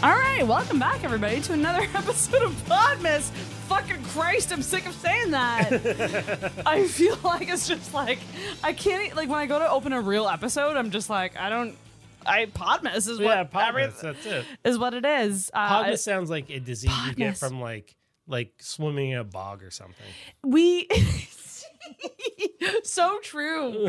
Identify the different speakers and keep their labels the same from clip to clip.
Speaker 1: All right, welcome back, everybody, to another episode of Podmas. Fucking Christ, I'm sick of saying that. I feel like it's just like I can't. e, Like when I go to open a real episode, I'm just like I don't. I Podmas is what
Speaker 2: yeah, podmas.
Speaker 1: everyth-
Speaker 2: That's it.
Speaker 1: is what it is. Uh,
Speaker 2: Podmas sounds like a disease you get
Speaker 1: podmas.
Speaker 2: from like like swimming in a bog or something.
Speaker 1: we so true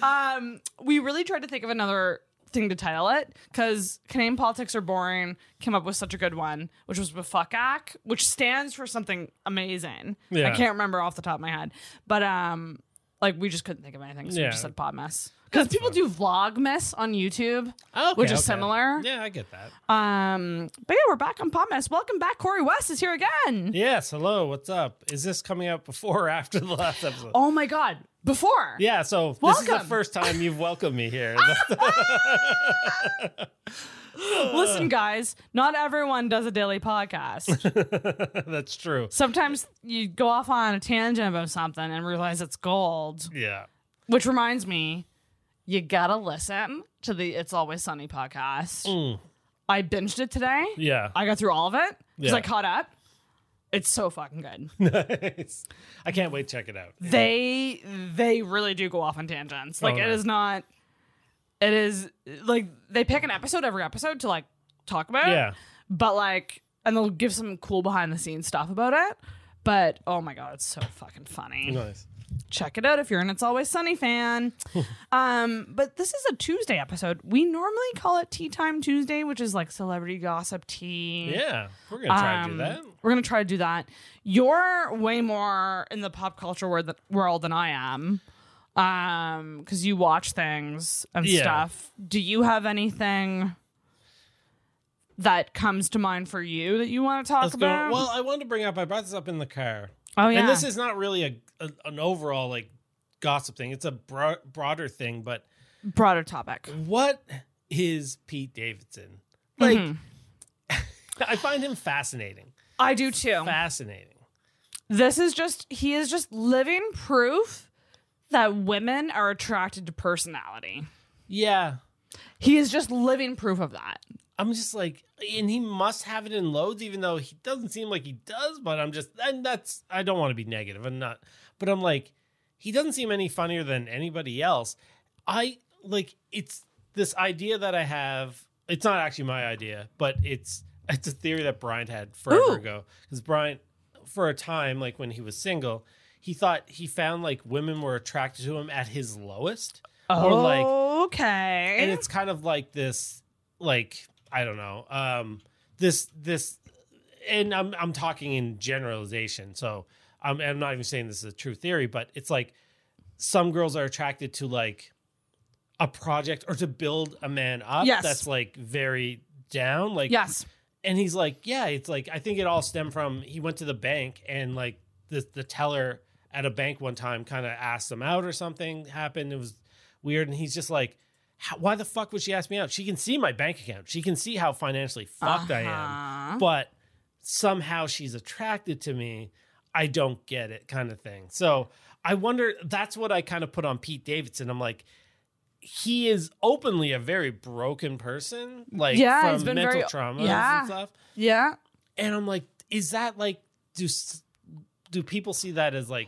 Speaker 1: um we really tried to think of another thing to title it because canadian politics are boring came up with such a good one which was Ack, which stands for something amazing i
Speaker 2: Yeah.
Speaker 1: can't remember off the top of my head but um like we just couldn't think of anything so we
Speaker 2: Yeah.
Speaker 1: just said pod mess because people do vlog mess on youtube
Speaker 2: Oh,
Speaker 1: Which is similar.
Speaker 2: Yeah, I get that.
Speaker 1: um but yeah we're back on pod mess welcome back corey west is here again
Speaker 2: Yes. Hello. What's up? Is this coming out before or after the last episode?
Speaker 1: oh my god before
Speaker 2: Yeah, so this is
Speaker 1: Welcome. Ah!
Speaker 2: the first time you've welcomed me here.
Speaker 1: Listen, guys, not everyone does a daily podcast.
Speaker 2: That's true.
Speaker 1: Sometimes you go off on a tangent about something and realize it's gold,
Speaker 2: Yeah.
Speaker 1: which reminds me, you gotta listen to the It's Always Sunny podcast.
Speaker 2: Mm.
Speaker 1: I binged it today.
Speaker 2: Yeah.
Speaker 1: I got through all of it because I
Speaker 2: Yeah.
Speaker 1: caught up. It's so fucking good.
Speaker 2: nice. I can't wait to check it out.
Speaker 1: they they really do go off on tangents. Like
Speaker 2: Oh,
Speaker 1: it
Speaker 2: nice.
Speaker 1: is not. It is like they pick an episode every episode to like talk about.
Speaker 2: Yeah.
Speaker 1: but like and they'll give some cool behind the scenes stuff about it but oh my god it's so fucking funny
Speaker 2: Nice.
Speaker 1: check it out if you're an it's always sunny fan um but this is a tuesday episode we normally call it tea time tuesday which is like celebrity gossip tea
Speaker 2: Yeah. We're going to try
Speaker 1: Um,
Speaker 2: to do that.
Speaker 1: we're gonna try to do that you're way more in the pop culture wor- world than i am um because you watch things and
Speaker 2: Yeah.
Speaker 1: stuff do you have anything that comes to mind for you that you want to talk
Speaker 2: Let's go.
Speaker 1: about
Speaker 2: Well, I wanted to bring up, I brought this up in the car.
Speaker 1: oh yeah
Speaker 2: And this is not really a, a an overall like gossip thing, it's a bro- broader thing, but
Speaker 1: broader topic
Speaker 2: what is Pete Davidson? Like,
Speaker 1: Mm-hmm.
Speaker 2: I find him fascinating.
Speaker 1: i do too
Speaker 2: Fascinating.
Speaker 1: this is just he is just living proof that women are attracted to personality
Speaker 2: Yeah.
Speaker 1: he is just living proof of that
Speaker 2: I'm just like, and he must have it in loads, even though he doesn't seem like he does. But I'm just, and that's, I don't want to be negative. I'm not, but I'm like, he doesn't seem any funnier than anybody else. I like, it's this idea that I have. It's not actually my idea, but it's it's a theory that Bryant had forever
Speaker 1: Ooh.
Speaker 2: ago. Because Bryant, for a time, like when he was single, he thought he found like women were attracted to him at his lowest, or like
Speaker 1: okay
Speaker 2: and it's kind of like this like i don't know um this this and i'm i'm talking in generalization so i'm i'm not even saying this is a true theory but it's like some girls are attracted to like a project or to build a man up
Speaker 1: Yes.
Speaker 2: that's like very down like
Speaker 1: yes
Speaker 2: and he's like, yeah, it's like I think it all stemmed from he went to the bank and like the the teller at a bank one time kind of asked him out or something happened. It was weird, and he's just like, "How- why the fuck would she ask me out? She can see my bank account. She can see how financially fucked I
Speaker 1: Uh-huh.
Speaker 2: am, but somehow she's attracted to me. I don't get it, kind of thing. So I wonder. That's what I kind of put on Pete Davidson. I'm like. He is openly a very broken person, like
Speaker 1: Yeah,
Speaker 2: from
Speaker 1: he's been
Speaker 2: mental
Speaker 1: very-
Speaker 2: traumas
Speaker 1: yeah.
Speaker 2: and stuff
Speaker 1: Yeah.
Speaker 2: and I'm like, is that like do s- do people see that as like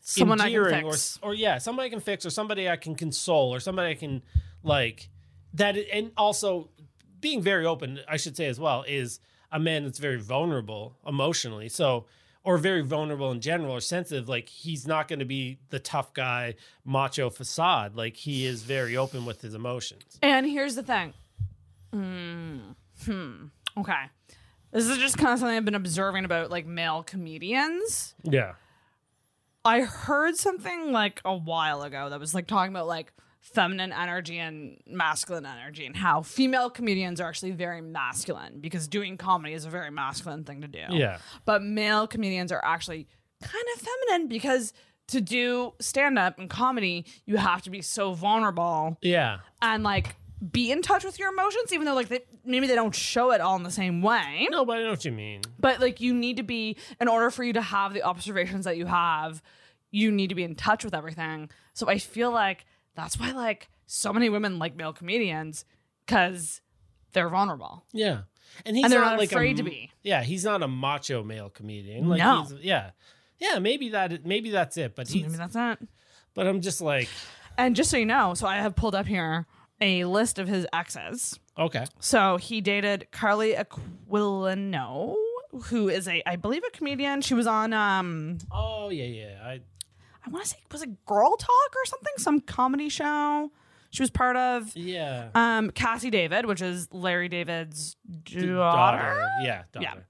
Speaker 1: Someone
Speaker 2: endearing
Speaker 1: I can fix.
Speaker 2: or or yeah, somebody I can fix or somebody I can console or somebody I can like that and also being very open, I should say as well, is a man that's very vulnerable emotionally. So or very vulnerable in general or sensitive, like he's not going to be the tough guy macho facade. Like he is very open with his emotions.
Speaker 1: and here's the thing. Hmm. Hmm. Okay. This is just kind of something I've been observing about like male comedians.
Speaker 2: Yeah.
Speaker 1: I heard something like a while ago that was like talking about like feminine energy and masculine energy and how female comedians are actually very masculine because doing comedy is a very masculine thing to do.
Speaker 2: Yeah.
Speaker 1: But male comedians are actually kind of feminine because to do stand up and comedy, you have to be so vulnerable
Speaker 2: Yeah.
Speaker 1: and like be in touch with your emotions, even though like they, maybe they don't show it all in the same way.
Speaker 2: No, but I know what you mean.
Speaker 1: But like you need to be, in order for you to have the observations that you have, you need to be in touch with everything. So I feel like that's why like so many women like male comedians because they're vulnerable.
Speaker 2: Yeah. And he's
Speaker 1: And they're
Speaker 2: not,
Speaker 1: not
Speaker 2: like
Speaker 1: afraid
Speaker 2: a,
Speaker 1: to be.
Speaker 2: Yeah, he's not a macho male comedian. Like
Speaker 1: No.
Speaker 2: he's, yeah. Yeah, maybe that maybe that's it, but
Speaker 1: So
Speaker 2: he's
Speaker 1: maybe that's it.
Speaker 2: but I'm just like,
Speaker 1: And just so you know, so I have pulled up here a list of his exes.
Speaker 2: okay.
Speaker 1: So he dated Carly Aquilino, who is a, I believe, a comedian. She was on, um,
Speaker 2: Oh yeah, yeah. I
Speaker 1: I want to say, was it Girl Talk or something? Some comedy show she was part of.
Speaker 2: yeah.
Speaker 1: Um, Cassie David, which is Larry David's daughter.
Speaker 2: Yeah, daughter.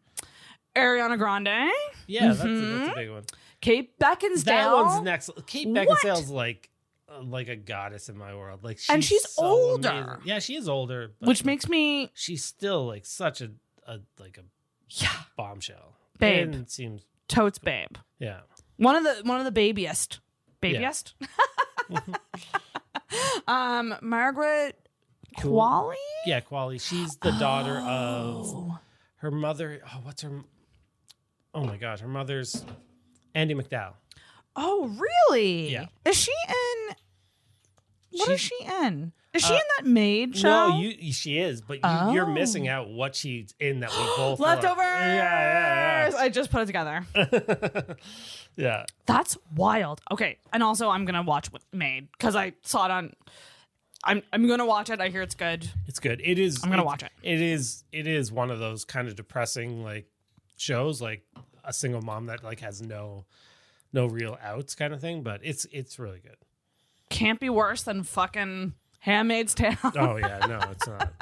Speaker 1: Yeah. Ariana Grande.
Speaker 2: Yeah, that's, a, that's a big one.
Speaker 1: Kate Beckinsdale.
Speaker 2: That one's next. Kate
Speaker 1: Mm-hmm. What?
Speaker 2: Beckinsale's like uh, like a goddess in my world. Like, she's
Speaker 1: And she's
Speaker 2: so
Speaker 1: older.
Speaker 2: amazing. Yeah, she is older, but
Speaker 1: which makes me,
Speaker 2: she's still like such a, a like a
Speaker 1: yeah,
Speaker 2: bombshell.
Speaker 1: Babe.
Speaker 2: and seems
Speaker 1: totes babe.
Speaker 2: yeah.
Speaker 1: One of the one of the babiest. Babiest? um Margaret
Speaker 2: Cool.
Speaker 1: Qualley?
Speaker 2: Yeah, Quali. She's the daughter of
Speaker 1: Oh.
Speaker 2: her mother. Oh, what's her? Oh my God, her mother's Andy McDowell.
Speaker 1: Oh, really?
Speaker 2: Yeah.
Speaker 1: Is she in What is she in? Is she
Speaker 2: uh,
Speaker 1: in that maid show?
Speaker 2: No, you. She is, but you, you're
Speaker 1: Oh.
Speaker 2: missing out what she's in that we both love.
Speaker 1: Leftovers.
Speaker 2: Yeah, yeah,
Speaker 1: I just put it together.
Speaker 2: yeah. yeah.
Speaker 1: That's wild. Okay, and also I'm gonna watch Wi- Maid because I saw it on. I'm I'm gonna watch it. I hear it's good.
Speaker 2: It's good. It is.
Speaker 1: I'm gonna
Speaker 2: it's-
Speaker 1: watch it.
Speaker 2: It is. It is one of those kind of depressing like shows, like a single mom that like has no, no real outs kind of thing. But it's it's really good.
Speaker 1: Can't be worse than fucking Handmaid's Tale.
Speaker 2: Oh yeah, no, it's not.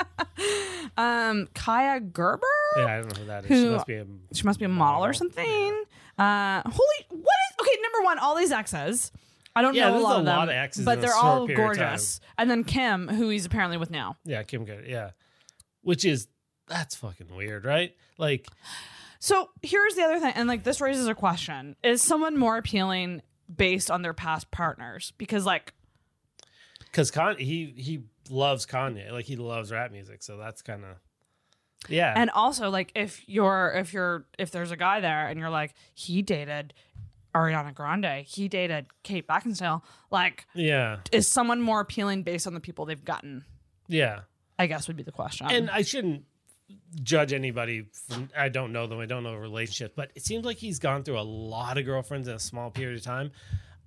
Speaker 1: Um, Kaya Gerber.
Speaker 2: Yeah, I don't know who that is. she
Speaker 1: Who-
Speaker 2: must be a
Speaker 1: She must be a model
Speaker 2: Model,
Speaker 1: or something. Uh, holy what is okay? Number one, all these exes. I don't
Speaker 2: Yeah,
Speaker 1: know a
Speaker 2: there's
Speaker 1: lot
Speaker 2: a
Speaker 1: of them,
Speaker 2: lot of exes
Speaker 1: but
Speaker 2: in a
Speaker 1: they're
Speaker 2: short
Speaker 1: all
Speaker 2: period of time.
Speaker 1: gorgeous. And then Kim, who he's apparently with now.
Speaker 2: yeah Kim Good. Yeah, which is that's fucking weird, right? Like
Speaker 1: So here's the other thing, and like this raises a question: Is someone more appealing based on their past partners? Because like
Speaker 2: because Con he he loves Kanye, like he loves rap music, so that's kind of yeah.
Speaker 1: And also, like, if you're if you're if there's a guy there and you're like, he dated Ariana Grande, he dated Kate Beckinsale, like,
Speaker 2: yeah,
Speaker 1: is someone more appealing based on the people they've gotten?
Speaker 2: yeah.
Speaker 1: I guess would be the question.
Speaker 2: and I shouldn't judge anybody. From, I don't know them. I don't know a relationship, but it seems like he's gone through a lot of girlfriends in a small period of time.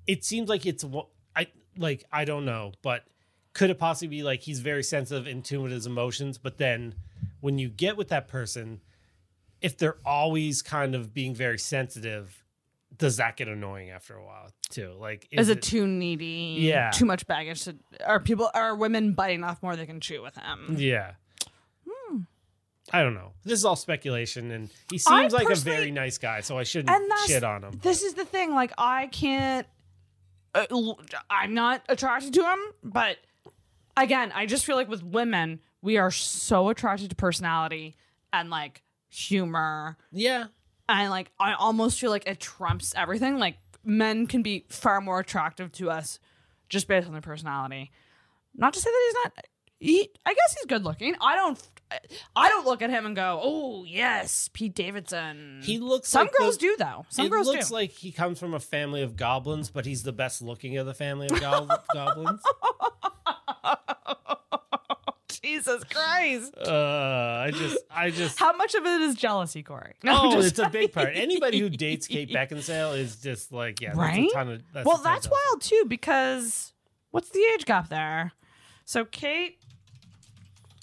Speaker 2: It seems like it's wo- I like I don't know, but could it possibly be like he's very sensitive in tune with his emotions, but then when you get with that person, if they're always kind of being very sensitive, does that get annoying after a while too? Like
Speaker 1: is it too needy?
Speaker 2: Yeah.
Speaker 1: too much baggage. To, are people are women biting off more they can chew with him?
Speaker 2: Yeah.
Speaker 1: Hmm.
Speaker 2: I don't know. This is all speculation, and he seems like a
Speaker 1: personally-
Speaker 2: very nice guy, so I shouldn't
Speaker 1: And that's-
Speaker 2: shit on him.
Speaker 1: This is the thing. Like, I can't. Uh, l- I'm not attracted to him, but again, I just feel like with women, we are so attracted to personality and like humor,
Speaker 2: yeah,
Speaker 1: and like I almost feel like it trumps everything. Like men can be far more attractive to us just based on their personality. Not to say that he's not. He, I guess he's good looking. I don't. I don't look at him and go, "Oh yes, Pete Davidson."
Speaker 2: he looks.
Speaker 1: Some
Speaker 2: like the-
Speaker 1: girls do though. Some
Speaker 2: it
Speaker 1: girls
Speaker 2: looks
Speaker 1: do.
Speaker 2: like he comes from a family of goblins, but he's the best looking of the family of go- goblins.
Speaker 1: Jesus Christ.
Speaker 2: Uh, I just, I just.
Speaker 1: How much of it is jealousy, Corey? No,
Speaker 2: oh,
Speaker 1: just-
Speaker 2: it's a big part. Anybody who dates Kate Beckinsale is just like, yeah,
Speaker 1: Right?
Speaker 2: That's a ton of, that's
Speaker 1: well,
Speaker 2: a ton
Speaker 1: that's
Speaker 2: of-
Speaker 1: wild too because what's the age gap there? So Kate,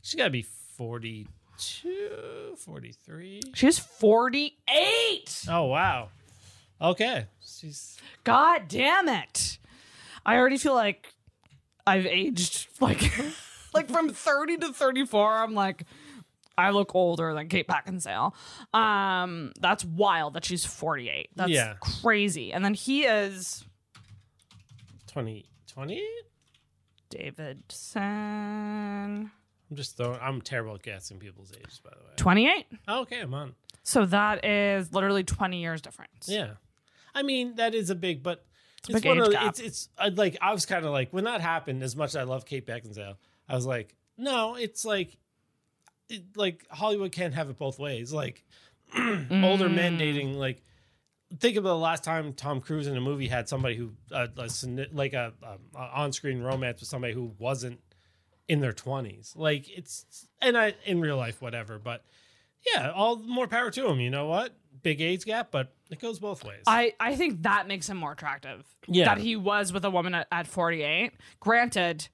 Speaker 2: She got to be 42, 43.
Speaker 1: she's 48.
Speaker 2: Oh wow. Okay. She's
Speaker 1: God damn it. I already feel like I've aged like like from 30 to 34. I'm like I look older than Kate Beckinsale. Um that's wild that she's 48. That's
Speaker 2: Yeah.
Speaker 1: crazy. And then he is
Speaker 2: 20 20
Speaker 1: Davidson
Speaker 2: i'm just throwing i'm terrible at guessing people's ages by the way
Speaker 1: 28.
Speaker 2: oh, okay i'm on
Speaker 1: So that is literally 20 years difference.
Speaker 2: yeah i mean that is a big but it's one
Speaker 1: Brigade
Speaker 2: of the-
Speaker 1: Cop.
Speaker 2: it's it's I'd like I was kind of like when that happened. As much as I love Kate Beckinsale, I was like, no, it's like, it, like Hollywood can't have it both ways. Like older men
Speaker 1: Mm.
Speaker 2: dating. Like think about the last time Tom Cruise in a movie had somebody who uh, a signi- like a, um, a, a on-screen romance with somebody who wasn't in their twenties. Like it's and I in real life whatever, but yeah, all more power to him. You know what? Big age gap, but it goes both ways.
Speaker 1: I, I think that makes him more attractive.
Speaker 2: Yeah.
Speaker 1: That he was with a woman at, at 48. Granted,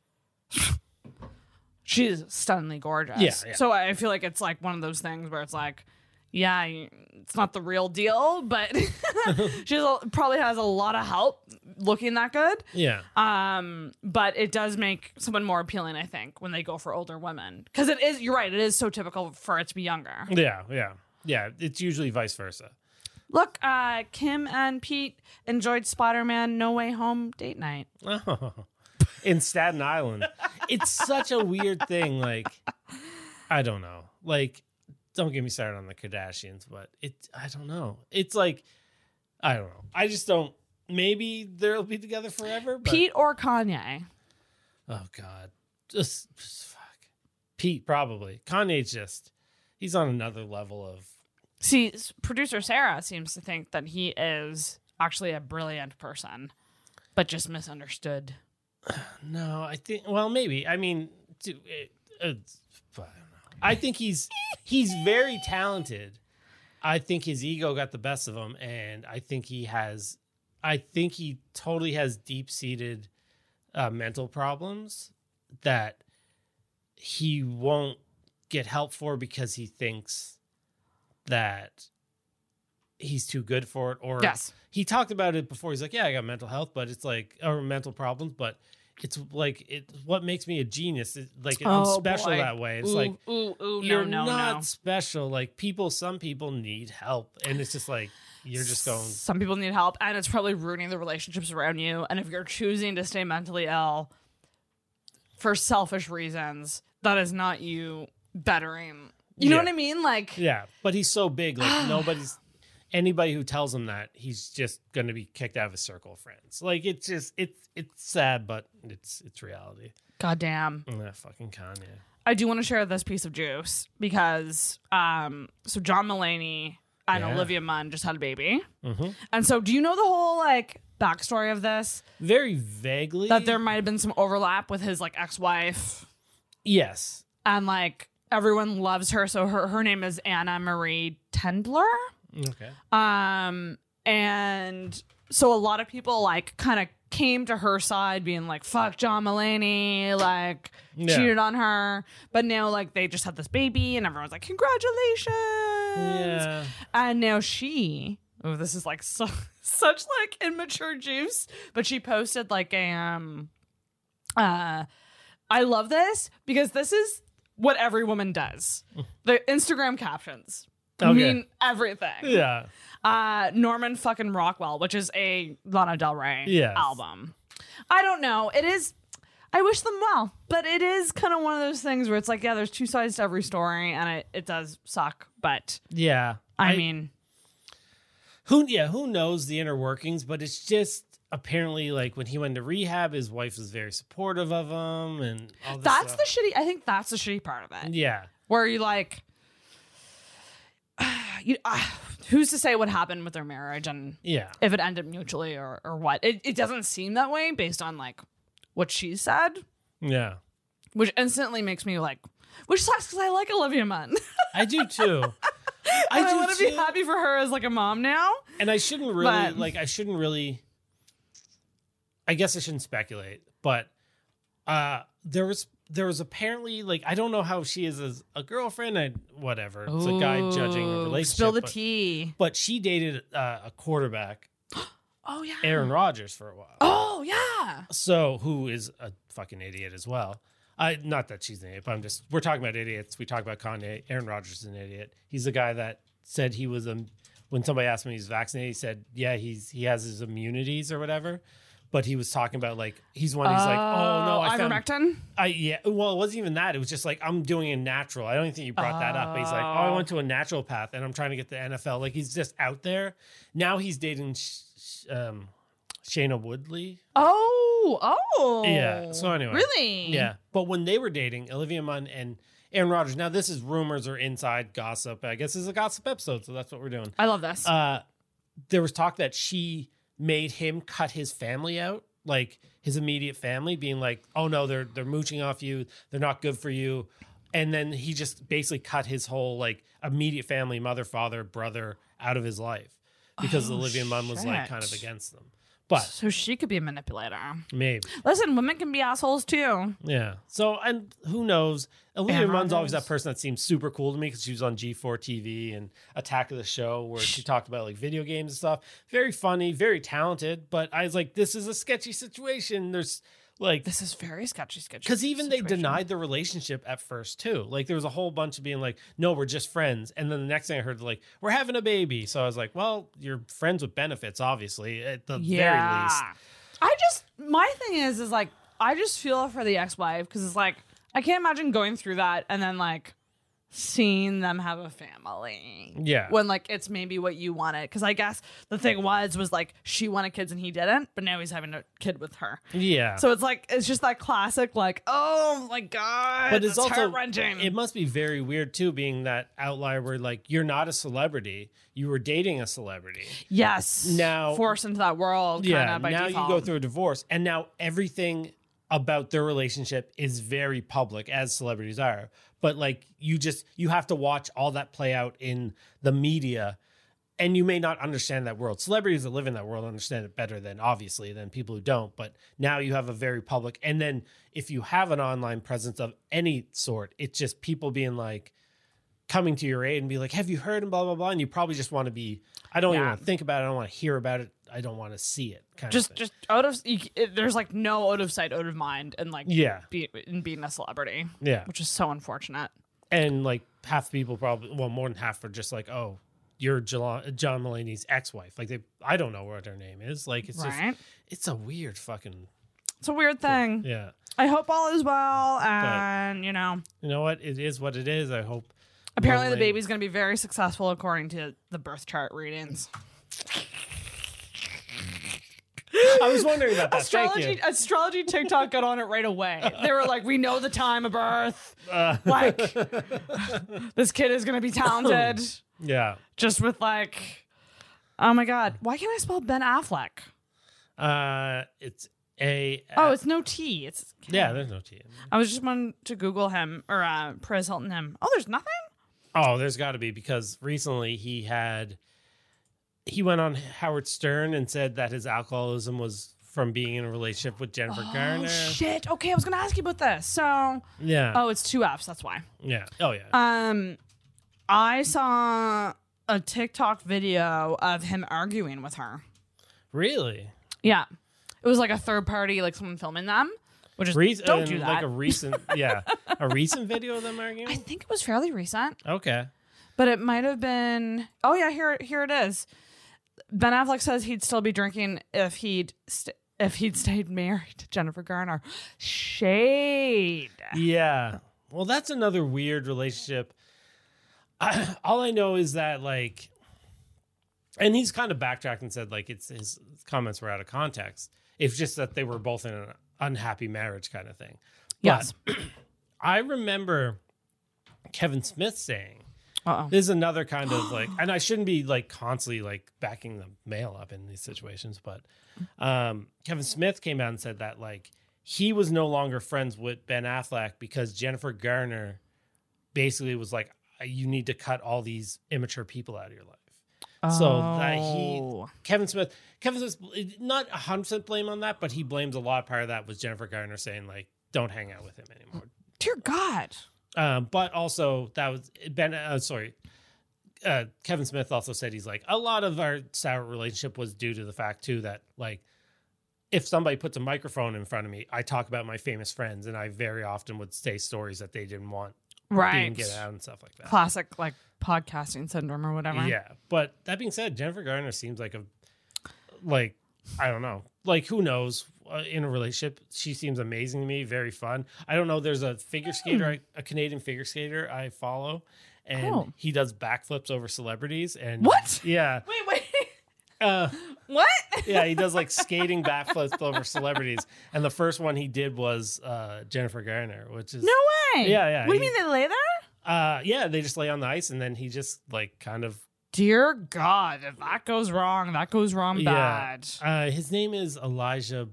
Speaker 1: she's stunningly gorgeous.
Speaker 2: Yeah, yeah.
Speaker 1: So I feel like it's like one of those things where it's like, yeah, y- it's not the real deal, but she probably has a lot of help looking that good.
Speaker 2: yeah.
Speaker 1: Um, but it does make someone more appealing, I think, when they go for older women. Because it is, you're right, it is so typical for it to be younger.
Speaker 2: Yeah, yeah, yeah. It's usually vice versa.
Speaker 1: Look, uh, Kim and Pete enjoyed Spider Man No Way Home date night.
Speaker 2: In Staten Island, it's such a weird thing. Like, I don't know. Like, don't get me started on the Kardashians, but it. I don't know. It's like, I don't know. I just don't. Maybe they'll be together forever. But,
Speaker 1: Pete or Kanye?
Speaker 2: Oh God. Just, just fuck. Pete probably. Kanye's just. He's on another level of.
Speaker 1: See, s- producer Sarah seems to think that he is actually a brilliant person, but just misunderstood.
Speaker 2: No, I think. Well, maybe. I mean, do- it, it's- I don't know. I think he's he's very talented. I think his ego got the best of him, and I think he has. I think he totally has deep seated uh, mental problems that he won't get help for because he thinks that he's too good for it or
Speaker 1: Yes.
Speaker 2: he talked about it before. He's like, yeah, I got mental health, but it's like or mental problems, but it's like it. What makes me a genius? It, like I'm
Speaker 1: Oh,
Speaker 2: special
Speaker 1: boy.
Speaker 2: that way. It's
Speaker 1: ooh,
Speaker 2: like
Speaker 1: ooh, ooh, no,
Speaker 2: you're
Speaker 1: no,
Speaker 2: not
Speaker 1: no.
Speaker 2: special. Like people, some people need help, and it's just like you're just going.
Speaker 1: Some people need help, and it's probably ruining the relationships around you. And if you're choosing to stay mentally ill for selfish reasons, that is not you bettering. You know
Speaker 2: Yeah.
Speaker 1: what I mean? Like,
Speaker 2: Yeah, but he's so big, like nobody's anybody who tells him that he's just going to be kicked out of his circle of friends. Like it's just it's it's sad, but it's it's reality.
Speaker 1: goddamn.
Speaker 2: Nah, fucking Kanye.
Speaker 1: I do want to share this piece of juice because um so John Mulaney and
Speaker 2: Yeah.
Speaker 1: Olivia Munn just had a baby.
Speaker 2: hmm
Speaker 1: And so do you know the whole like backstory of this?
Speaker 2: Very vaguely
Speaker 1: That there might have been some overlap with his like ex-wife
Speaker 2: Yes,
Speaker 1: and like everyone loves her. So her her name is Anna Marie Tendler.
Speaker 2: okay,
Speaker 1: Um, and so a lot of people like kind of came to her side being like, fuck John Mulaney, like
Speaker 2: Yeah.
Speaker 1: cheated on her. But now like they just had this baby and everyone's like, congratulations.
Speaker 2: yeah.
Speaker 1: And now she, oh, this is like so, such like immature juice, but she posted like a, um, uh, I love this because this is what every woman does. The Instagram captions
Speaker 2: Mm. Okay.
Speaker 1: mean everything
Speaker 2: Yeah.
Speaker 1: uh Norman fucking Rockwell, which is a Lana Del Rey
Speaker 2: Yes.
Speaker 1: album. I don't know. It is I wish them well, but it is kind of one of those things where it's like, yeah, there's two sides to every story and it, it does suck, but
Speaker 2: Yeah.
Speaker 1: I, mean
Speaker 2: who yeah, who knows the inner workings, but it's just apparently like when he went to rehab, his wife was very supportive of him and all this
Speaker 1: that's the
Speaker 2: stuff.
Speaker 1: shitty I think that's the shitty part of it.
Speaker 2: Yeah.
Speaker 1: Where you like you, uh, who's to say what happened with their marriage and
Speaker 2: Yeah.
Speaker 1: if it ended mutually or, or what? It, it doesn't seem that way based on like what she said.
Speaker 2: Yeah.
Speaker 1: which instantly makes me like, which sucks because I like Olivia Munn.
Speaker 2: I do too. I
Speaker 1: I,
Speaker 2: do
Speaker 1: want to be
Speaker 2: too.
Speaker 1: happy for her as like a mom now.
Speaker 2: And I shouldn't really
Speaker 1: But-
Speaker 2: like I shouldn't really I guess I shouldn't speculate, but uh there was there was apparently like I don't know how she is as a girlfriend and whatever. It's a guy judging a
Speaker 1: Ooh,
Speaker 2: relationship.
Speaker 1: Spill the
Speaker 2: but,
Speaker 1: tea.
Speaker 2: but she dated uh, a quarterback,
Speaker 1: Oh yeah.
Speaker 2: Aaron Rodgers, for a while.
Speaker 1: Oh yeah.
Speaker 2: So, who is a fucking idiot as well? I not that she's an idiot, but I'm just we're talking about idiots. We talk about Kanye. Aaron Rodgers is an idiot. He's the guy that said he was um when somebody asked him he's vaccinated, he said, "Yeah, he's he has his immunities or whatever." But he was talking about like he's one. He's like, "Oh
Speaker 1: Uh,
Speaker 2: no, I found
Speaker 1: ivermectin.
Speaker 2: I yeah, well, it wasn't even that. It was just like I'm doing a natural. I don't even think you brought that up. But he's like, oh, I
Speaker 1: Oh.
Speaker 2: went to a natural path, and I'm trying to get the NFL. Like he's just out there. Now he's dating sh- sh- um, Shayna Woodley.
Speaker 1: Oh, oh.
Speaker 2: Yeah, so anyway.
Speaker 1: Really?
Speaker 2: Yeah. But when they were dating, Olivia Munn and Aaron Rodgers. Now this is rumors or inside gossip. I guess this is a gossip episode, so that's what we're doing.
Speaker 1: I love this.
Speaker 2: Uh, there was talk that she made him cut his family out, like his immediate family, being like, "Oh no, they're they're mooching off you. They're not good for you." And then he just basically cut his whole like immediate family, mother, father, brother, out of his life because
Speaker 1: Oh,
Speaker 2: Olivia Munn was like kind of
Speaker 1: shit.
Speaker 2: against them. But
Speaker 1: so she could be a manipulator.
Speaker 2: maybe,
Speaker 1: Listen, women can be assholes too.
Speaker 2: yeah. So and who knows? Olivia
Speaker 1: Aaron
Speaker 2: Munn's always that
Speaker 1: Rodgers.
Speaker 2: person that seems super cool to me because she was on G4 TV and Attack of the Show where she talked about like video games and stuff. Very funny, very talented. But I was like, this is a sketchy situation. There's like
Speaker 1: This is very sketchy, sketchy.
Speaker 2: because even they
Speaker 1: situation.
Speaker 2: denied the relationship at first too. Like there was a whole bunch of being like, "No, we're just friends," and then the next thing I heard, like, "We're having a baby." So I was like, "Well, you're friends with benefits, obviously, at the very least."
Speaker 1: I just my thing is is like I just feel for the ex-wife because it's like I can't imagine going through that and then like seeing them have a family.
Speaker 2: Yeah.
Speaker 1: When like it's maybe what you wanted because I guess the thing was was like she wanted kids and he didn't, but now he's having a kid with her.
Speaker 2: Yeah.
Speaker 1: So it's like it's just that classic like oh my god,
Speaker 2: but it's also
Speaker 1: wrenching.
Speaker 2: it must be very weird too, being that outlier where like you're not a celebrity, you were dating a celebrity.
Speaker 1: yes,
Speaker 2: Now-
Speaker 1: forced into that world.
Speaker 2: Yeah.
Speaker 1: kinda by
Speaker 2: now
Speaker 1: default.
Speaker 2: you go through a divorce, and now everything about their relationship is very public as celebrities are. But like you just you have to watch all that play out in the media. And you may not understand that world. Celebrities that live in that world understand it better than obviously than people who don't. But now you have a very public, and then if you have an online presence of any sort, it's just people being like coming to your aid and be like, "Have you heard?" and blah blah blah. And you probably just want to be. I don't even
Speaker 1: Yeah.
Speaker 2: want to think about it. I don't want to hear about it. I don't want to see it. Kind of
Speaker 1: just
Speaker 2: thing.
Speaker 1: just out of you, it, there's like no out of sight out of mind and like
Speaker 2: yeah,
Speaker 1: be, in being a celebrity
Speaker 2: yeah.
Speaker 1: which is so unfortunate
Speaker 2: And like half the people probably, well, more than half are just like, "Oh, you're Jala- John Mulaney's ex-wife." Like they, I don't know what her name is. Like it's just,
Speaker 1: right
Speaker 2: it's a weird fucking
Speaker 1: it's a weird thing
Speaker 2: yeah.
Speaker 1: i hope all is well and you know
Speaker 2: You know what? It is what it is. I hope.
Speaker 1: apparently the
Speaker 2: Mulaney-
Speaker 1: baby's going to be very successful according to the birth chart readings
Speaker 2: I was wondering about that.
Speaker 1: astrology
Speaker 2: Thank
Speaker 1: astrology tiktok got on it right away they were like we know the time of birth
Speaker 2: you. Uh,
Speaker 1: like this kid is going to be talented
Speaker 2: yeah.
Speaker 1: just with like oh my god why can't i spell ben affleck
Speaker 2: Uh, it's a.
Speaker 1: oh it's no t it's
Speaker 2: yeah. There's no T. in there.
Speaker 1: I was just wanting to Google him or uh, Perez Hilton him. Oh, there's nothing.
Speaker 2: Oh, there's got to be because recently he had he went on Howard Stern and said that his alcoholism was from being in a relationship with Jennifer
Speaker 1: Oh
Speaker 2: Garner.
Speaker 1: shit. Okay, I was gonna ask you about this. So,
Speaker 2: Yeah.
Speaker 1: oh, it's two F's. That's why.
Speaker 2: Yeah. Oh yeah.
Speaker 1: Um, I saw a TikTok video of him arguing with her.
Speaker 2: really?
Speaker 1: Yeah, it was like a third party, like someone filming them. Which is
Speaker 2: Re-
Speaker 1: don't
Speaker 2: and
Speaker 1: do
Speaker 2: Like
Speaker 1: that.
Speaker 2: a recent yeah, a recent video of them arguing.
Speaker 1: I think it was fairly recent,
Speaker 2: okay.
Speaker 1: but it might have been. Oh yeah, here here it is. Ben Affleck says he'd still be drinking if he'd st- if he'd stayed married to Jennifer Garner. Shade.
Speaker 2: Yeah. Well, that's another weird relationship. I, all I know is that like, and he's kind of backtracked and said like it's his comments were out of context. It's just that they were both in an unhappy marriage kind of thing.
Speaker 1: Yes.
Speaker 2: I remember Kevin Smith saying
Speaker 1: Uh oh.
Speaker 2: this is another kind of like, and I shouldn't be like constantly like backing the male up in these situations, but um, Kevin Smith came out and said that like he was no longer friends with Ben Affleck because Jennifer Garner basically was like, "Uh, you need to cut all these immature people out of your life. So that he-
Speaker 1: Oh.
Speaker 2: Kevin Smith, Kevin Smith, not hundred percent blame on that, but he blames a lot. Part of that was Jennifer Garner saying like, don't hang out with him anymore.
Speaker 1: Dear God.
Speaker 2: Um, but also that was Ben. Uh, sorry, uh, Kevin Smith also said he's like a lot of our sour relationship was due to the fact too that like if somebody puts a microphone in front of me, I talk about my famous friends, and I very often would say stories that they didn't want being
Speaker 1: Right.
Speaker 2: get out and stuff like that.
Speaker 1: Classic like podcasting syndrome or whatever.
Speaker 2: Yeah, but that being said, Jennifer Garner seems like a like I don't know, like who knows uh, in a relationship. She seems amazing to me, very fun. I don't know. There's a figure
Speaker 1: Hmm.
Speaker 2: skater, I- a Canadian figure skater I follow, and
Speaker 1: Oh.
Speaker 2: he does backflips over celebrities. And
Speaker 1: What?
Speaker 2: Yeah,
Speaker 1: Wait, wait.
Speaker 2: Uh,
Speaker 1: What?
Speaker 2: yeah, he does like skating backflips over celebrities, and the first one he did was uh, Jennifer Garner, which is
Speaker 1: No way.
Speaker 2: Yeah, yeah,
Speaker 1: What do
Speaker 2: he-
Speaker 1: you mean they lay there?
Speaker 2: uh, yeah, they just lay on the ice, and then he just like kind of
Speaker 1: Dear God, if that goes wrong, that goes wrong
Speaker 2: Yeah.
Speaker 1: bad.
Speaker 2: Uh, his name is Elijah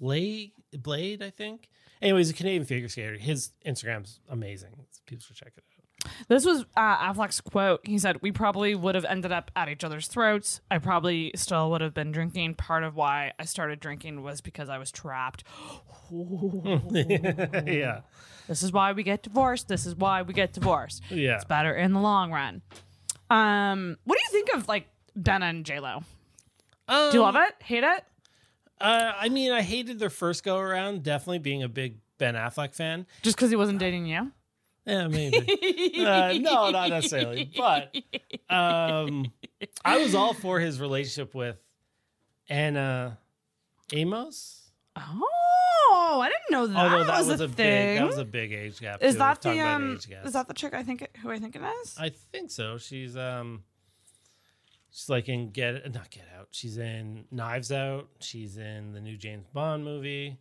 Speaker 2: Blade. Blade, I think. Anyways, a Canadian figure skater. His Instagram's amazing. People should check it out.
Speaker 1: This was uh, Affleck's quote. He said, "We probably would have ended up at each other's throats. I probably still would have been drinking. Part of why I started drinking was because I was trapped.
Speaker 2: yeah,
Speaker 1: This is why we get divorced. This is why we get divorced.
Speaker 2: yeah.
Speaker 1: It's better in the long run." Um, what do you think of like Ben and J Lo? Do you love it? Hate it?
Speaker 2: Uh, I mean, I hated their first go around. Definitely being a big Ben Affleck fan.
Speaker 1: Just because he wasn't dating you?
Speaker 2: Yeah, maybe. uh, no, not necessarily. But um, I was all for his relationship with Anna Amos.
Speaker 1: Oh, I didn't know that.
Speaker 2: Although that was,
Speaker 1: a,
Speaker 2: a
Speaker 1: thing.
Speaker 2: big that was a big age gap.
Speaker 1: is
Speaker 2: too.
Speaker 1: that
Speaker 2: Let's talk
Speaker 1: the
Speaker 2: about
Speaker 1: um?
Speaker 2: age gaps.
Speaker 1: Is that the chick I think it, who I think it is?
Speaker 2: I think so. She's um she's like in Get not Get Out. She's in Knives Out. She's in the new James Bond movie.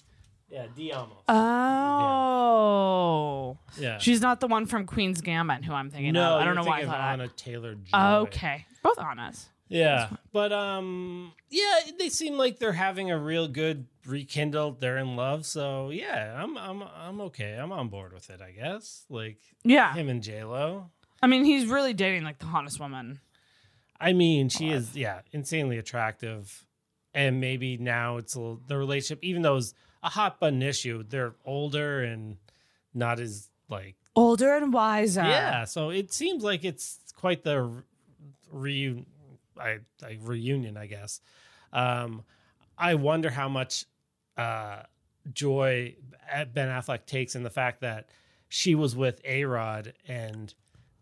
Speaker 2: Yeah, Diamos.
Speaker 1: Oh.
Speaker 2: yeah.
Speaker 1: She's not the one from Queen's Gambit who I'm thinking
Speaker 2: no,
Speaker 1: of. I don't
Speaker 2: you're
Speaker 1: know why I
Speaker 2: thinking of
Speaker 1: thought
Speaker 2: Anna Taylor Joy.
Speaker 1: that. Okay. Both on us.
Speaker 2: Yeah. But um yeah, they seem like they're having a real good rekindle. They're in love. So yeah, I'm I'm I'm okay. I'm on board with it, I guess. Like
Speaker 1: Yeah.
Speaker 2: him and J Lo.
Speaker 1: I mean, he's really dating like the hottest woman.
Speaker 2: I mean, she is yeah, insanely attractive, and maybe now it's a little, the relationship, even though it's a hot button issue, they're older and not as like
Speaker 1: Older and wiser.
Speaker 2: yeah. So it seems like it's quite the reun I, I reunion, I guess. Um, I wonder how much uh, joy Ben Affleck takes in the fact that she was with A Rod and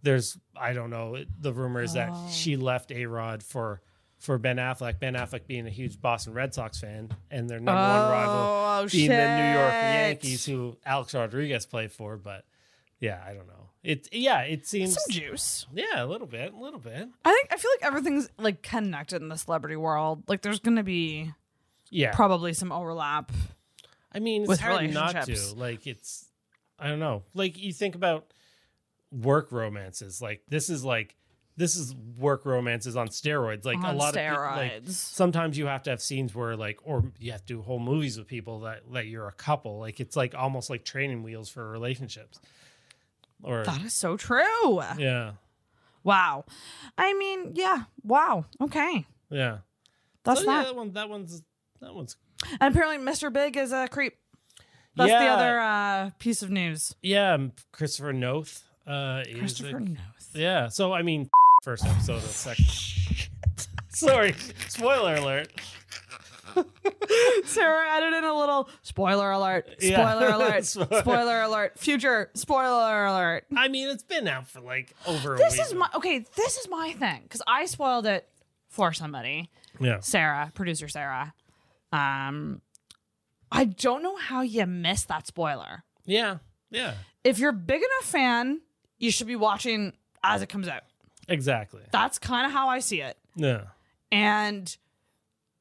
Speaker 2: there's I don't know the rumor is that
Speaker 1: Oh.
Speaker 2: she left A Rod for for Ben Affleck. Ben Affleck being a huge Boston Red Sox fan and their number one rival
Speaker 1: Oh,
Speaker 2: being the New York
Speaker 1: shit.
Speaker 2: Yankees, who Alex Rodriguez played for. But yeah, I don't know. It yeah, it seems
Speaker 1: Some juice.
Speaker 2: yeah, a little bit, a little bit.
Speaker 1: I think I feel like everything's like connected in the celebrity world. Like there's gonna be
Speaker 2: Yeah,
Speaker 1: probably some overlap.
Speaker 2: I mean, it's
Speaker 1: with
Speaker 2: hard not
Speaker 1: relationships.
Speaker 2: to. Like it's, I don't know. Like you think about work romances. Like this is like this is work romances on steroids. Like
Speaker 1: on
Speaker 2: a lot of pe- like,
Speaker 1: steroids.
Speaker 2: sometimes you have to have scenes where like or you have to do whole movies with people that that you're a couple like it's like almost like training wheels for relationships or
Speaker 1: that is so true.
Speaker 2: yeah
Speaker 1: Wow. I mean, yeah. Wow. Okay.
Speaker 2: yeah
Speaker 1: That's
Speaker 2: So, yeah,
Speaker 1: that.
Speaker 2: that one. That one's that one's.
Speaker 1: And apparently, Mr. Big is a creep. That's the
Speaker 2: Yeah.
Speaker 1: other uh, piece of news.
Speaker 2: Yeah, um, Christopher Noth. Uh, is a-
Speaker 1: Christopher knows.
Speaker 2: yeah. So I mean, first episode of second. Sorry, spoiler alert.
Speaker 1: Sarah added in a little spoiler alert. Spoiler
Speaker 2: Yeah.
Speaker 1: alert.
Speaker 2: Spoiler.
Speaker 1: spoiler alert. Future spoiler alert.
Speaker 2: I mean, it's been out for like over.
Speaker 1: This
Speaker 2: a week.
Speaker 1: is my okay. This is my thing because I spoiled it for somebody.
Speaker 2: yeah.
Speaker 1: Sarah, producer Sarah. Um, I don't know how you missed that spoiler.
Speaker 2: Yeah. Yeah.
Speaker 1: If you're a big enough fan, you should be watching as it comes out.
Speaker 2: Exactly.
Speaker 1: That's kind of how I see it.
Speaker 2: Yeah.
Speaker 1: And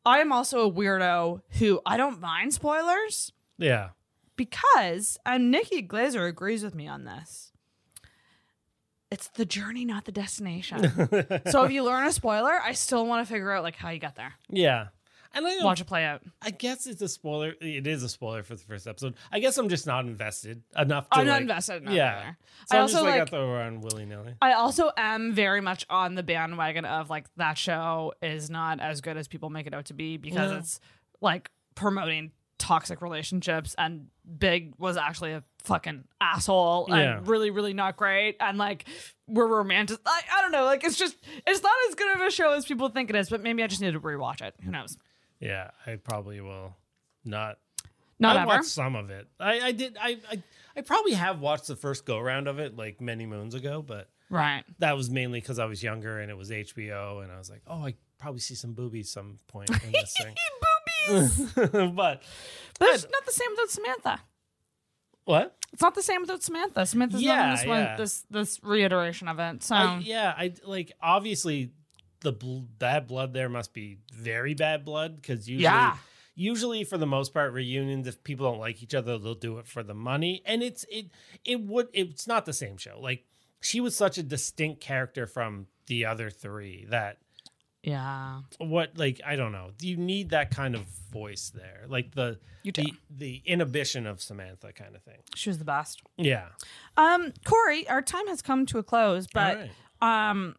Speaker 1: I am also a weirdo who I don't mind spoilers
Speaker 2: Yeah.
Speaker 1: because, and Nikki Glazer agrees with me on this. It's the journey, not the destination. so if you learn a spoiler, I still want to figure out like how you got there.
Speaker 2: yeah. And I, don't,
Speaker 1: Watch it play out.
Speaker 2: I guess it's a spoiler. It is a spoiler for the first episode. I guess I'm just not invested enough. To
Speaker 1: I'm not
Speaker 2: like-
Speaker 1: invested enough.
Speaker 2: yeah.
Speaker 1: either.
Speaker 2: So
Speaker 1: I
Speaker 2: I'm
Speaker 1: also
Speaker 2: just like,
Speaker 1: like.
Speaker 2: out there on willy nilly.
Speaker 1: I also am very much on the bandwagon of like that show is not as good as people make it out to be because
Speaker 2: No.
Speaker 1: it's like promoting toxic relationships and Big was actually a fucking asshole and
Speaker 2: Yeah.
Speaker 1: really, really not great and like we're romantic. I, I don't know. Like it's just it's not as good of a show as people think it is, but maybe I just need to rewatch it. Who knows?
Speaker 2: Yeah, I probably will not
Speaker 1: Not
Speaker 2: I
Speaker 1: ever.
Speaker 2: watched some of it. I, I did. I, I I probably have watched the first go round of it like many moons ago, but
Speaker 1: right.
Speaker 2: that was mainly because I was younger and it was HBO, and I was like, oh, I probably see some boobies some point in this thing. but
Speaker 1: But it's not the same without Samantha.
Speaker 2: what?
Speaker 1: It's not the same without Samantha. Samantha's not
Speaker 2: Yeah,
Speaker 1: in this one
Speaker 2: yeah.
Speaker 1: Um, this this reiteration of it. So
Speaker 2: I, yeah, I like obviously the bl- bad blood there must be very bad blood because usually,
Speaker 1: Yeah.
Speaker 2: usually for the most part, reunions if people don't like each other, they'll do it for the money. And it's it it would it's not the same show. Like she was such a distinct character from the other three that
Speaker 1: Yeah.
Speaker 2: what like I don't know. You need that kind of voice there, like the
Speaker 1: You do.
Speaker 2: the the inhibition of Samantha kind of thing.
Speaker 1: She was the best.
Speaker 2: Yeah,
Speaker 1: Um, Corey, our time has come to a close, but
Speaker 2: All right.
Speaker 1: um,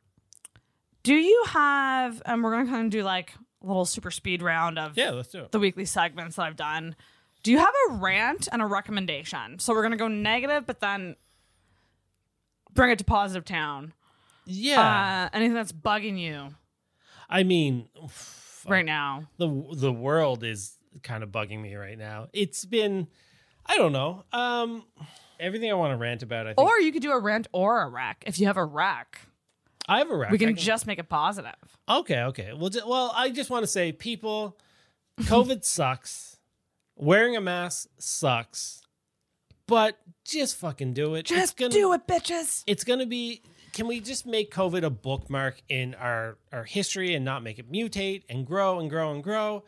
Speaker 1: do you have? And we're gonna kind of do like a little super speed round of
Speaker 2: yeah, let's do it.
Speaker 1: the weekly segments that I've done. Do you have a rant and a recommendation? So we're gonna go negative, but then bring it to positive town.
Speaker 2: Yeah,
Speaker 1: Uh, anything that's bugging you
Speaker 2: I mean,
Speaker 1: right now?
Speaker 2: the the world is kind of bugging me right now. It's been, I don't know, um, everything I want to rant about. I think
Speaker 1: Or you could do a rant or a rec if you have a rec.
Speaker 2: I have a rant.
Speaker 1: We
Speaker 2: I
Speaker 1: can just make it positive.
Speaker 2: okay, okay. Well, ju- well, I just want to say, people, COVID sucks. Wearing a mask sucks, but just fucking do it.
Speaker 1: Just do it, bitches.
Speaker 2: it's gonna be can we just make covid a bookmark in our our history and not make it mutate and grow and grow and grow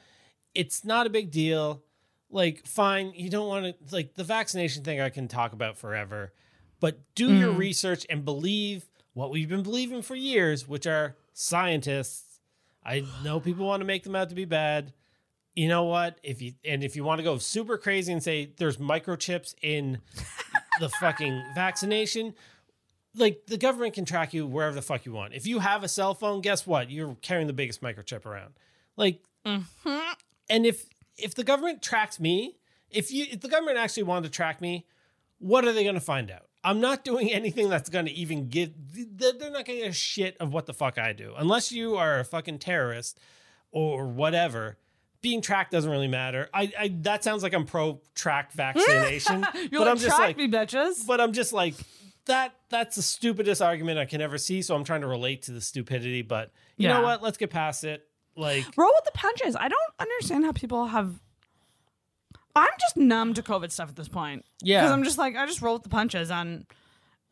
Speaker 2: it's not a big deal like fine you don't want to like the vaccination thing i can talk about forever but do your research and believe what we've been believing for years which are scientists i know people want to make them out to be bad you know what if you and if you want to go super crazy and say there's microchips in the fucking vaccination like the government can track you wherever the fuck you want. If you have a cell phone, guess what? You're carrying the biggest microchip around. Like,
Speaker 1: Mm-hmm.
Speaker 2: and if if the government tracks me, if you if the government actually wanted to track me, what are they going to find out? I'm not doing anything that's going to even give. They're they're not going to get a shit of what the fuck I do, unless you are a fucking terrorist or whatever. Being tracked doesn't really matter. I, I that sounds like I'm pro track vaccination,
Speaker 1: You're
Speaker 2: but
Speaker 1: like,
Speaker 2: I'm just
Speaker 1: track
Speaker 2: like
Speaker 1: me, bitches.
Speaker 2: but I'm just like that that's the stupidest argument I can ever see. So I'm trying to relate to the stupidity, but you
Speaker 1: Yeah.
Speaker 2: know what? Let's get past it. Like
Speaker 1: roll with the punches. I don't understand how people have. I'm just numb to COVID stuff at this point.
Speaker 2: Yeah.
Speaker 1: because I'm just like I just roll with the punches, and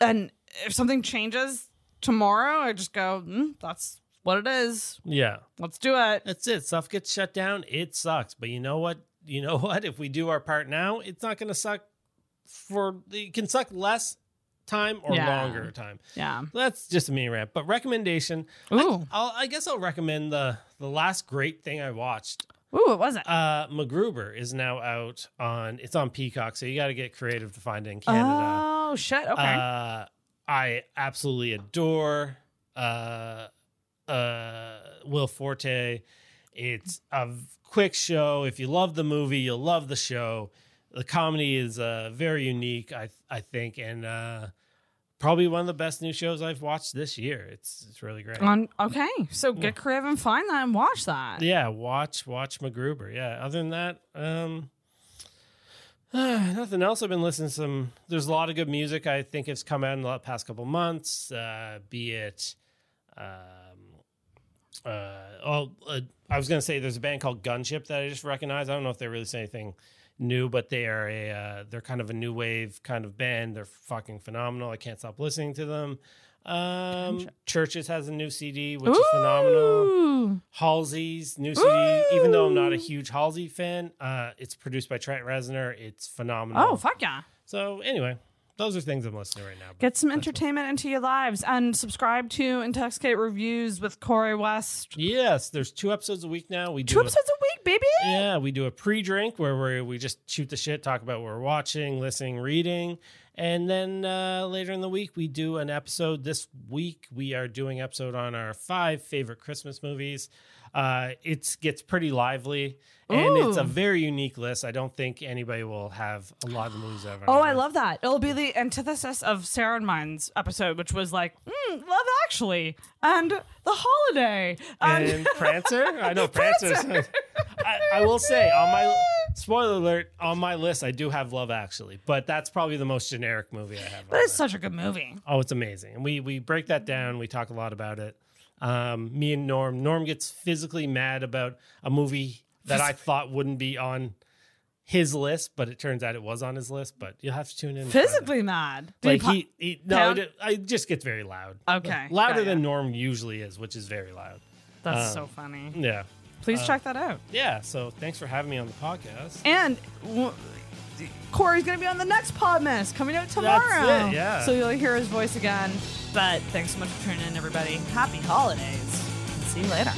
Speaker 1: and if something changes tomorrow, I just go, mm, that's what it is.
Speaker 2: Yeah.
Speaker 1: Let's do it.
Speaker 2: That's it. Stuff gets shut down. It sucks. But you know what? You know what? If we do our part now, it's not gonna suck for it can suck less time or
Speaker 1: Yeah.
Speaker 2: longer time.
Speaker 1: Yeah.
Speaker 2: That's just a mini rant. But recommendation.
Speaker 1: Ooh.
Speaker 2: I'll I guess I'll recommend the the last great thing I watched
Speaker 1: Ooh. It wasn't.
Speaker 2: Uh, MacGruber is now out on it's on Peacock, so you got to get creative to find it in Canada.
Speaker 1: Oh shit. Okay.
Speaker 2: Uh, I absolutely adore uh, uh, Will Forte. It's a v- quick show. If you love the movie, you'll love the show. The comedy is uh, very unique, I I think, and uh, probably one of the best new shows I've watched this year. It's it's really great.
Speaker 1: On okay. So get creative and find that and watch that.
Speaker 2: Yeah, watch watch MacGruber. Yeah. Other than that, um, nothing else. I've been listening to some. There's a lot of good music I think has come out in the past couple months. Uh, be it, um, uh, oh, uh, I was gonna say there's a band called Gunship that I just recognized. I don't know if they released anything new, but they are a uh, they're kind of a new wave kind of band. They're fucking phenomenal. I can't stop listening to them. Um,
Speaker 1: Gunship.
Speaker 2: Churches has a new CD, which is phenomenal.
Speaker 1: Ooh.
Speaker 2: Halsey's new CD. Even though I'm not a huge Halsey fan, uh, it's produced by Trent Reznor. It's phenomenal.
Speaker 1: Oh fuck yeah.
Speaker 2: so anyway, those are things I'm listening to right now. but
Speaker 1: Get some
Speaker 2: that's what-
Speaker 1: entertainment into your lives and subscribe to Intoxicate Reviews with Corey West.
Speaker 2: Yes, there's two episodes a week now. We do
Speaker 1: Two
Speaker 2: a-
Speaker 1: episodes a week, baby.
Speaker 2: Yeah, we do a pre-drink where we we just shoot the shit, talk about what we're watching, listening, reading, and then uh, later in the week we do an episode. This week we are doing episode on our five favorite Christmas movies. Uh, it gets pretty lively, and it's a
Speaker 1: Ooh.
Speaker 2: very unique list. I don't think anybody will have a lot of the movies ever.
Speaker 1: Oh, I love that. It'll be the antithesis of Sarah and Mine's episode, which was like mm, Love Actually and The Holiday. Um, And,
Speaker 2: and Prancer. I know Prancer. I, I will say on my spoiler alert on my list, I do have Love Actually, but that's probably the most generic movie I have.
Speaker 1: but
Speaker 2: on
Speaker 1: it's such a good movie.
Speaker 2: Oh, it's amazing. And we we break that down. We talk a lot about it. Um, me and Norm. Norm gets physically mad about a movie that I thought wouldn't be on his list, but it turns out it was on his list. But you'll have to tune in. and find out.
Speaker 1: Physically mad. Did
Speaker 2: Like
Speaker 1: po-
Speaker 2: he, he no,
Speaker 1: pound? Oh,
Speaker 2: it, I just gets very loud.
Speaker 1: Okay.
Speaker 2: louder
Speaker 1: Yeah,
Speaker 2: than Norm usually is, which is very loud.
Speaker 1: That's
Speaker 2: Um,
Speaker 1: so funny.
Speaker 2: Yeah.
Speaker 1: Please
Speaker 2: uh,
Speaker 1: check that out.
Speaker 2: Yeah. So thanks for having me on the podcast.
Speaker 1: And w- Corey's going to be on the next Podmas coming out tomorrow.
Speaker 2: it, yeah.
Speaker 1: So you'll hear his voice again. But thanks so much for tuning in, everybody. Happy holidays. See you later.